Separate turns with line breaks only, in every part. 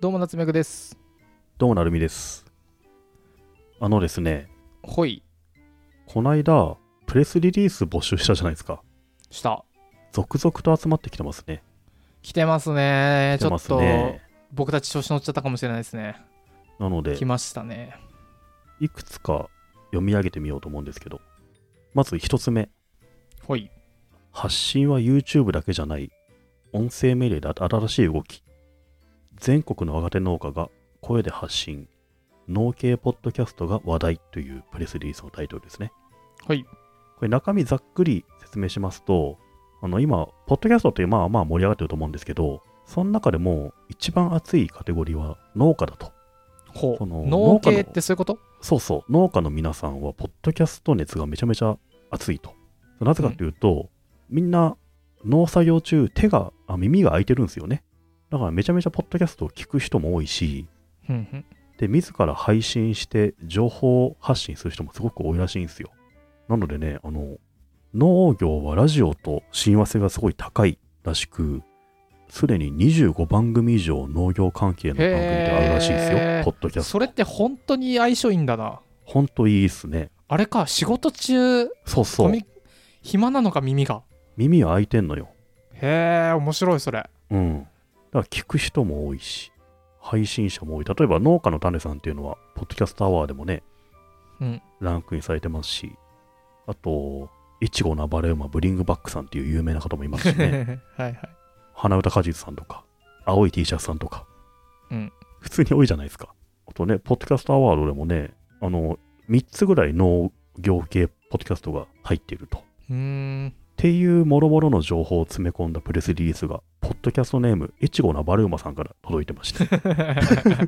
どうも夏目くです。
どうもなるみです。あのですね、
ほい、
こないだ、プレスリリース募集したじゃないですか。
した。
続々と集まってきてますね。
来てますね。
来て
ちょ
ま
っ
す
と、
ね。
僕たち調子乗っちゃったかもしれないですね。
なので
来、ましたね。
いくつか読み上げてみようと思うんですけど、まず一つ目、
ほい。
発信は YouTube だけじゃない、音声メディアで新しい動き。全国の若手農家が声で発信、農系ポッドキャストが話題というプレスリリースのタイトルですね。
ほい。
これ中身ざっくり説明しますと、あの今、ポッドキャストってまあまあ盛り上がってると思うんですけど、その中でも一番熱いカテゴリーは農家だと。
ほう。
その
農系
農家
っ
の
てそういうこと
そうそう、農家の皆さんはポッドキャスト熱がめちゃめちゃ熱いと。なぜかというと、みんな農作業中手が、あ、耳が開いてるんですよね。だからめちゃめちゃポッドキャストを聞く人も多いし、
ふんふん。
で、自ら配信して情報発信する人もすごく多いらしいんですよ。なのでね、あの、農業はラジオと親和性がすごい高いらしく、すでに25番組以上農業関係の番組であるらしいですよ
へー、
ポッドキャスト。
それって本当に相性いいんだな。
ほんといいっすね。
あれか、仕事中、
そう
コ
そう。
ミ暇なのか耳が。
耳は開いてんのよ。
へえ、面白いそれ。
うん。だから聞く人も多いし、配信者も多い。例えば農家の種さんっていうのは、ポッドキャストアワーでもね、
うん
ランクインされてますし、あと、いちごなバレ馬ブリングバックさんっていう有名な方もいます しね、
はいはい。
花歌果実さんとか、青い T シャツさんとか、
うん
普通に多いじゃないですか。あとね、ポッドキャストアワードでもね、あの、3つぐらい農業系ポッドキャストが入っていると。
うーん。
っていう諸々の情報を詰め込んだプレスリリースが、ポッドキャストネーム、エチゴなバルーマさんから届いてました。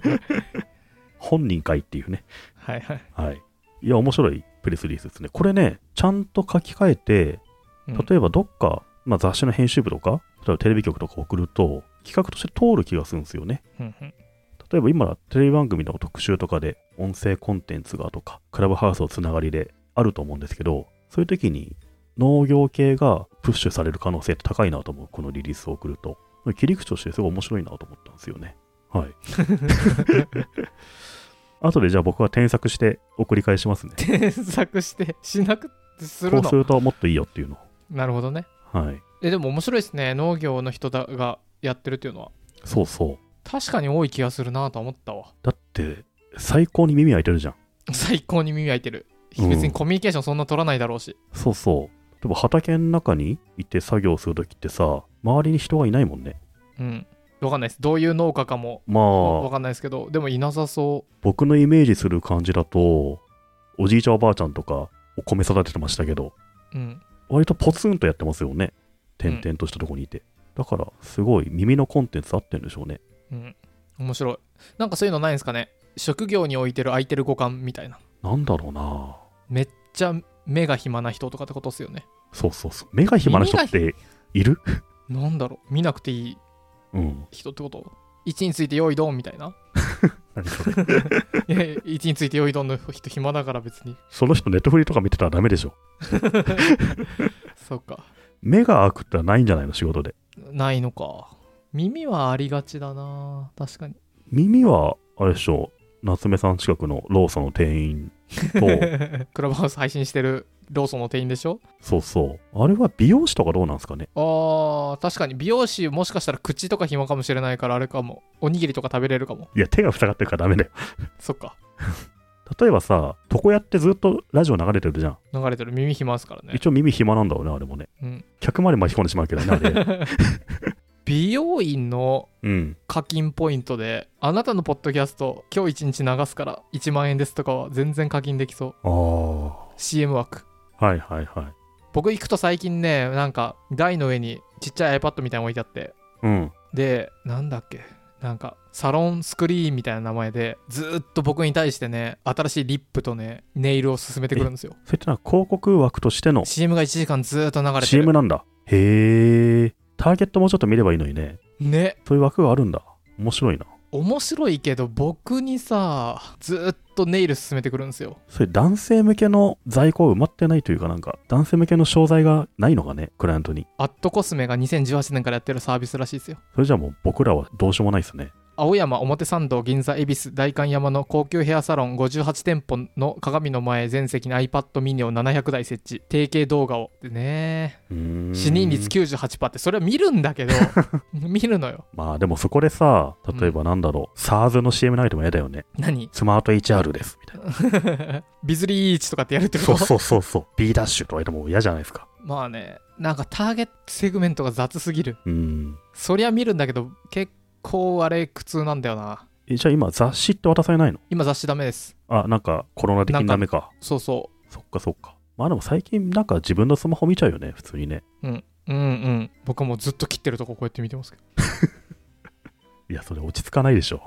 本人かいっていうね。
はいはい。
はい。いや、面白いプレスリリースですね。これね、ちゃんと書き換えて、例えばどっか、まあ、雑誌の編集部とか、例えばテレビ局とか送ると、企画として通る気がするんですよね。
うんふん
例えば今、テレビ番組の特集とかで、音声コンテンツがとか、クラブハウスのつながりであると思うんですけど、そういう時に農業系がプッシュされる可能性って高いなと思う、このリリースを送ると。切り口としてすごい面白いなと思ったんですよね。 はい。後でじゃあ僕は添削して送り返しますね。
添削して、しなくす
こ
る
うす
の。
るともっといいよっていうの
なるほどね。
を。はい。
えでも面白いですね農業の人だがやってるっていうのは
そうそう。
確かに多い気がするなと思ったわ
だって、最高に耳開いてるじゃん。
最高に耳開いてる
うん
別にコミュニケーションそんな取らないだろうし、
そうそう。でも畑の中にいて作業するときってさ、周りに人がいないもんね。
うんわかんないですどういう農家かも
ま
わ
あ、
かんないですけどでもいなさそ
僕のイメージする感じだと、おじいちゃんおばあちゃんとか、お米育ててましたけど、
ううん
割とポツンとやってますよね。点々としたとこにいて。だから、すごい耳のコンテンツ合ってるんでしょうね。
うん面白いなんかそういうのないんですかね職業に置いてる空いてる五感みたいな
なんだろうな
めっちゃ目が暇な人とかってことっすよね
そうそうそう。目が暇な人っている
なんだろう見なくていい
うん。
人ってこと1について用意どんみたいな
何それ。
いやいや1について用意どんの人暇だから別に
その人、ネットフリとか見てたらダメでしょ。
そうか
目が開くってのはないんじゃないの仕事で。
ないのか耳はありがちだな確かに
耳は、あれでしょ夏目さん近くのローソンの店員 と、
クラブハウス配信してるローソンの店員でしょ
そうそう。あれは美容師とかどうなんですかね
あー確かに美容師もしかしたら口とか暇かもしれないからあれかもおにぎりとか食べれるかも
いや、手が塞がってるからダメだよ。
そっか
例えばさ、床屋ってずっとラジオ流れてるじゃん。
流れてる耳暇ですからね、
一応耳暇なんだろうね、あれもね。
うん、
客まで巻き込んでしまうけどね、あ れ。
美容院の
うん。
課金ポイントであなたのポッドキャスト今日一日流すから1万円ですとかは全然課金できそう
ああ。は
CM 枠
いはいはい。
僕行くと最近ねなんか台の上にちっちゃい iPad みたいなの置いてあって
うん。
でなんだっけなんかサロンスクリーンみたいな名前でずーっと僕に対してね新しいリップとねネイルを進めてくるんですよ
それってのは広告枠としての
CM が1時間ずーっと流れてる
CM なんだ。へえ。ターゲットもうちょっと見ればいいのにね。
ね
そういう枠があるんだ。面白いな。
面白いけど僕にさずーっとネイル進めてくるんですよ
それ男性向けの在庫が埋まってないというかなんか男性向けの商材がないのかねクライアントに
アットコスメが2018年からやってるサービスらしいですよ
それじゃもう僕らはどうしようもないですね
青山表参道銀座恵比寿代官山の高級ヘアサロン58店舗の鏡の前全席に iPad mini を700台設置提携動画をでね
うーん
死認率98%ってそれは見るんだけ ど見るのよ
まあでもそこでさ、例えばなんだろう、SARS の CM 流れても嫌だよね。
何
スマート HR です。みたい な。
ビズリーチとかってやるってこ
そう
と
そうそうそう。B ダッシュとか言っても嫌じゃないですか。
まあねなんかターゲットセグメントが雑すぎる
うん。
そりゃ見るんだけど結構あれ苦痛なんだよな
えじゃあ今雑誌って渡されないの
今雑誌ダメです
あ、なんかコロナ的にダメか。
そうそ
そっかそっか。まあでも最近なんか自分のスマホ見ちゃうよね、普通にね。
ううんうん僕はもうずっと切ってるとここうやって見てますけど
いや、それ落ち着かないでしょ。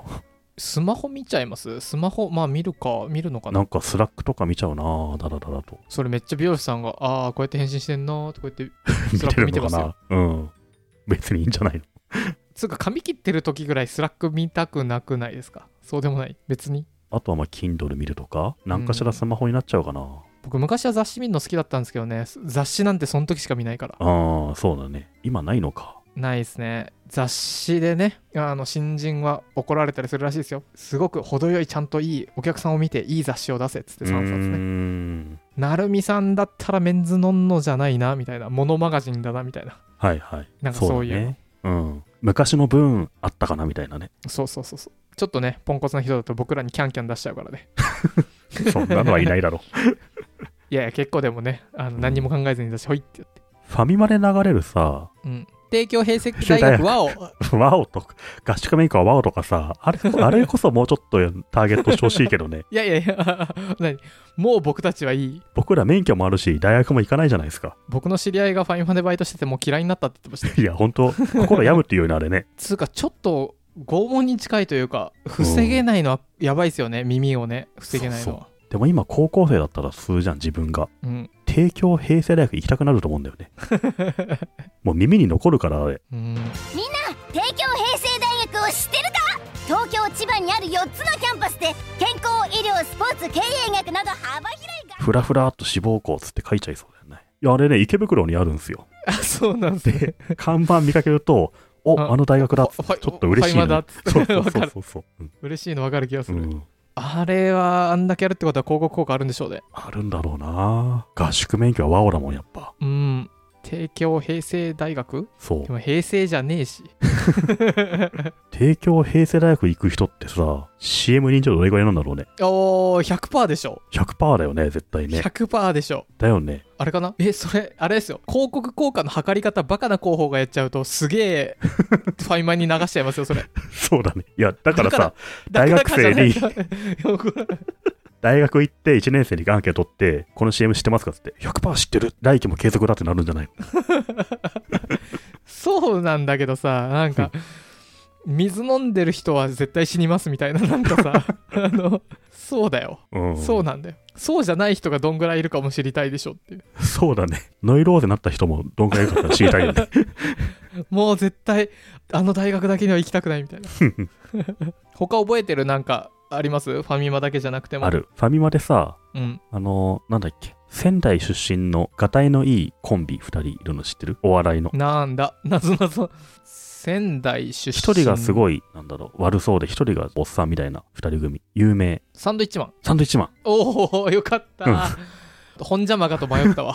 スマホ見ちゃいますスマホまあ見るか見るのかな
なんかスラックとか見ちゃうなだらだらと。
それめっちゃ美容師さんが「ああこうやって返信してんな」とこうや って
見
スラッ
て
ク
る
見て
の
ま
か
すよ
なうん。別にいいんじゃないの
つうか髪切ってる時ぐらいスラック見たくなくないですかそうでもない別に
あとはまあ Kindle 見るとか、なんかしらスマホになっちゃうかな。
僕昔は雑誌見るの好きだったんですけどね雑誌なんてその時しか見ないから
ああ、そうだね。今ないのか。
ないですね雑誌でねあの新人は怒られたりするらしいですよすごく程よいちゃんといいお客さんを見ていい雑誌を出せっつって3冊
うー
ね
ん
なるみさんだったらメンズノンノじゃないなみたいなモノマガジンだなみたいな
はいはい。
なんかそういう
だねうん。昔の分あったかなみたいなね。
そうそうそうそうちょっとねポンコツな人だと僕らにキャンキャン出しちゃうからね
そんなのはいないだろう。
いやいや結構でもねあの何にも考えずに出しほいってやって
ファミマで流れるさ、
うん帝京平成大学和 を
ワオとか、合宿メーカーワオとかさ、あれ、あれこそもうちょっとターゲットしてほしいけどね。
いやいやいや 何もう僕たちはいい
僕ら免許もあるし、大学も行かないじゃないですか。
僕の知り合いがファインマでバイトしててもう嫌いになったって言ってましたよ
いや、本当心病むっていうようなあれね。
つうかちょっと拷問に近いというか防げないのはやばいですよね、耳をね防げないのは
でも今、高校生だったら普通じゃん、自分が。
うん
帝京平成大学行きたくなると思うんだよ ね。もう耳に残るから、あれ。
うん
帝京平成大学を知ってるか東京千葉にある4つのキャンパスで健康医療スポーツ経営学など幅広い
ふらふらっと志望校つって書いちゃいそうだよね。いや、あれね、池袋にあるんですよ。
あそうなんですね
看板見かけると、お、
あ
あの大学だっつっ
ファ
て
イ
ちょっと嬉しい、ね。
ファイマだっつって
そうそう
わかる
そう そうそう。
嬉しいの分かる気がす
う
る、
んうん
あれはあんだけやるってことは広告効果あるんでしょうね
あるんだろうな合宿免許はワオだもん、やっぱ。
うん帝京平成大学
そう
で。も平成じゃねえし
帝京平成大学行く人ってさ、CM 認知度どれぐらいなんだろうね。
おー100%でしょ
100%だよね、絶対ね。
100%でしょ
だよね。
あれかなえそれあれですよ広告効果の測り方バカな広報がやっちゃうとすげえファイマンに流しちゃいますよそれ
そうだね。いや、だか
だ
ら
から
さ、 大学生に
だからじゃないいや怒られる
大学行って1年生にアンケート取って、この CM 知ってますかっつって、100%知ってる。来期も継続だってなるんじゃない
そうなんだけどさなんか水飲んでる人は絶対死にますみたいななんかさ あのそうだよ、
の、うん、
そうなんだよそうじゃない人がどんぐらいいるかも知りたいでしょっていう
そうだね。ノイローゼになった人もどんくらいいるか知りたい よね。
もう絶対あの大学だけには行きたくないみたいな 他覚えてるなんかありますファミマだけじゃなくても
あ、る。ファミマでさ、
うん、
あのーなんだっけ。仙台出身のガタイのいいコンビ2人いるの知ってるお笑いの。
なんだなぞなぞ仙台出身
1人がす
い
ごい、なんだろう、悪そうで、1人がおっさんみたいな2人組。有名。
サンドイッチマン
サンドイッチマン。
おおよかった本邪魔かと迷 ったわ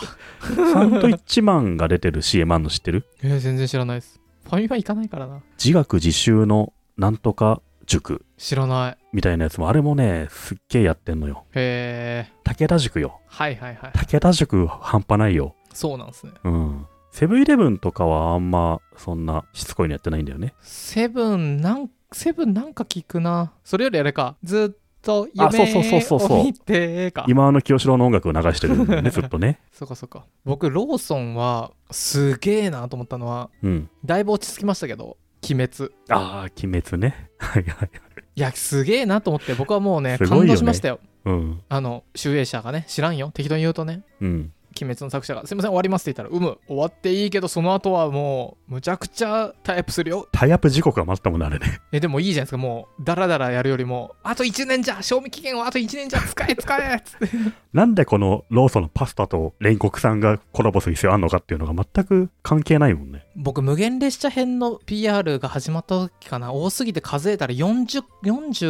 サンドイッチマンが出てる CM あんの知ってる
えー全然知らないですファミマ行かないからな
自学自習のなんとか塾
知らない
みたいなやつも、あれもね、すっげえやってんのよ。
へえ
武田塾よ。
はいはいはい
武田塾半端ないよ。
そうなんですね
うん。セブンイレブンとかはあんまそんなしつこいのやってないんだよね。
セブンなんセブンなんか聞くなそれよりあれかずっと夢
あそうそうそうそうそう
を見てか
今あの清志郎の音楽を流してるんだよね、ずっとね。
そうかそうか僕ローソンはすげえなと思ったのは
うん。
だいぶ落ち着きましたけど鬼滅
ああ、鬼滅ね。はいはい。
いやすげえなと思って僕はもうね
すごいよ
感
ね
動しましたよ
うん。
あの集英社がね知らんよ適当に言うとね
うん。
鬼滅の作者が「すいません終わります」って言ったら「うむ終わっていいけどその後はもうむちゃくちゃタイアップするよ
タイアップ時刻が待ったもんね、あれね。」
えでもいいじゃないですかもうダラダラやるよりも「あと1年じゃ賞味期限をあと1年じゃ使え使え」っつって
なんでこのローソンのパスタと煉獄さんがコラボする必要あんのかっていうのが全く関係ないもんね。
僕無限列車編の PR が始まった時かな多すぎて数えたら4040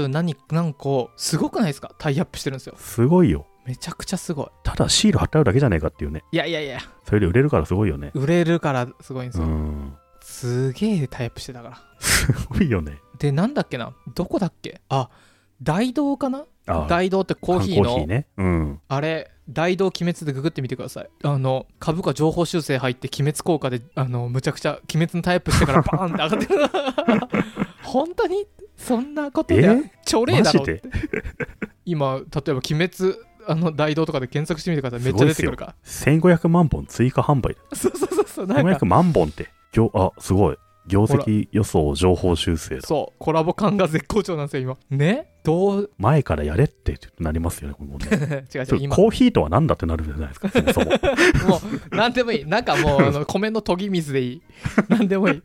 何何個すごくないですかタイアップしてるんですよ
すごいよ。
めちゃくちゃすごい
ただシール貼ってあるだけじゃねえかっていうね。
いやいやいや
それで売れるからすごいよね。
売れるからすごいんです
う
よ、
ん。
すげえタイアップしてたから
すごいよね。
でなんだっけなどこだっけあ大道かな
あ
大道ってコーヒー
缶
の
コーヒーね。うん。
あれ大道鬼滅でググってみてくださいあの株価情報修正入って鬼滅効果であのむちゃくちゃ鬼滅のタイアップしてからバーンって上がっ てる本当にそんなこと
え
でチョレーだろっ
マ
て今例えば鬼滅あの大道とかで検索してみてくださいめっちゃ出てくるから
1500万本追加販売。
そうそうそうそうなんか
1500万本って。ぎょあ、すごい。業
ほら
績予想情報修正だ。
そうコラボ感が絶好調なんですよ今ねどう
前からやれってなりますよね、これもね。
違う違
そう
う今
コーヒーとは何だってなるじゃないですか、そもそも。
もう何でもいい。なんか もうあの米の研ぎ水でいい。何でもいい。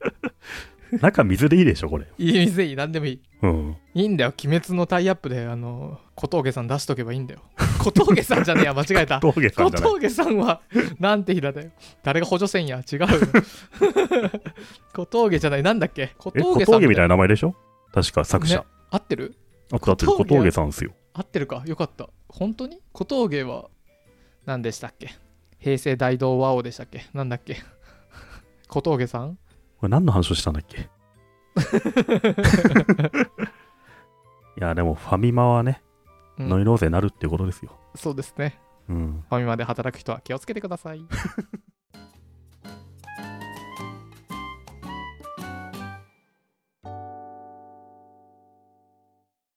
中水でいいでしょ、これ。
いい水でいい。何でもいい。
うん。
いいんだよ。鬼滅のタイアップで、あの、小峠さん出しとけばいいんだよ。 小峠さんじゃねえや。間違えた。
峠さん
小
じゃない。
峠さんは、なんて日だよ。誰が補助せんや。違うよ。 小峠じゃない。なんだっけ小
え、小
峠さん。
峠みたい
い
な名前でしょ確か作者。
ね合ってる
あとだって小峠さんですよ。
合ってるか。よかった。本当に小峠は、何でしたっけ平成大道和王でしたっけなんだっけ小峠さん
これ何の話をしたんだっ けいや、でもファミマはね、
うん
ノイローゼになるっていうことですよ。
そうですね。
うん。
ファミマで働く人は気をつけてください。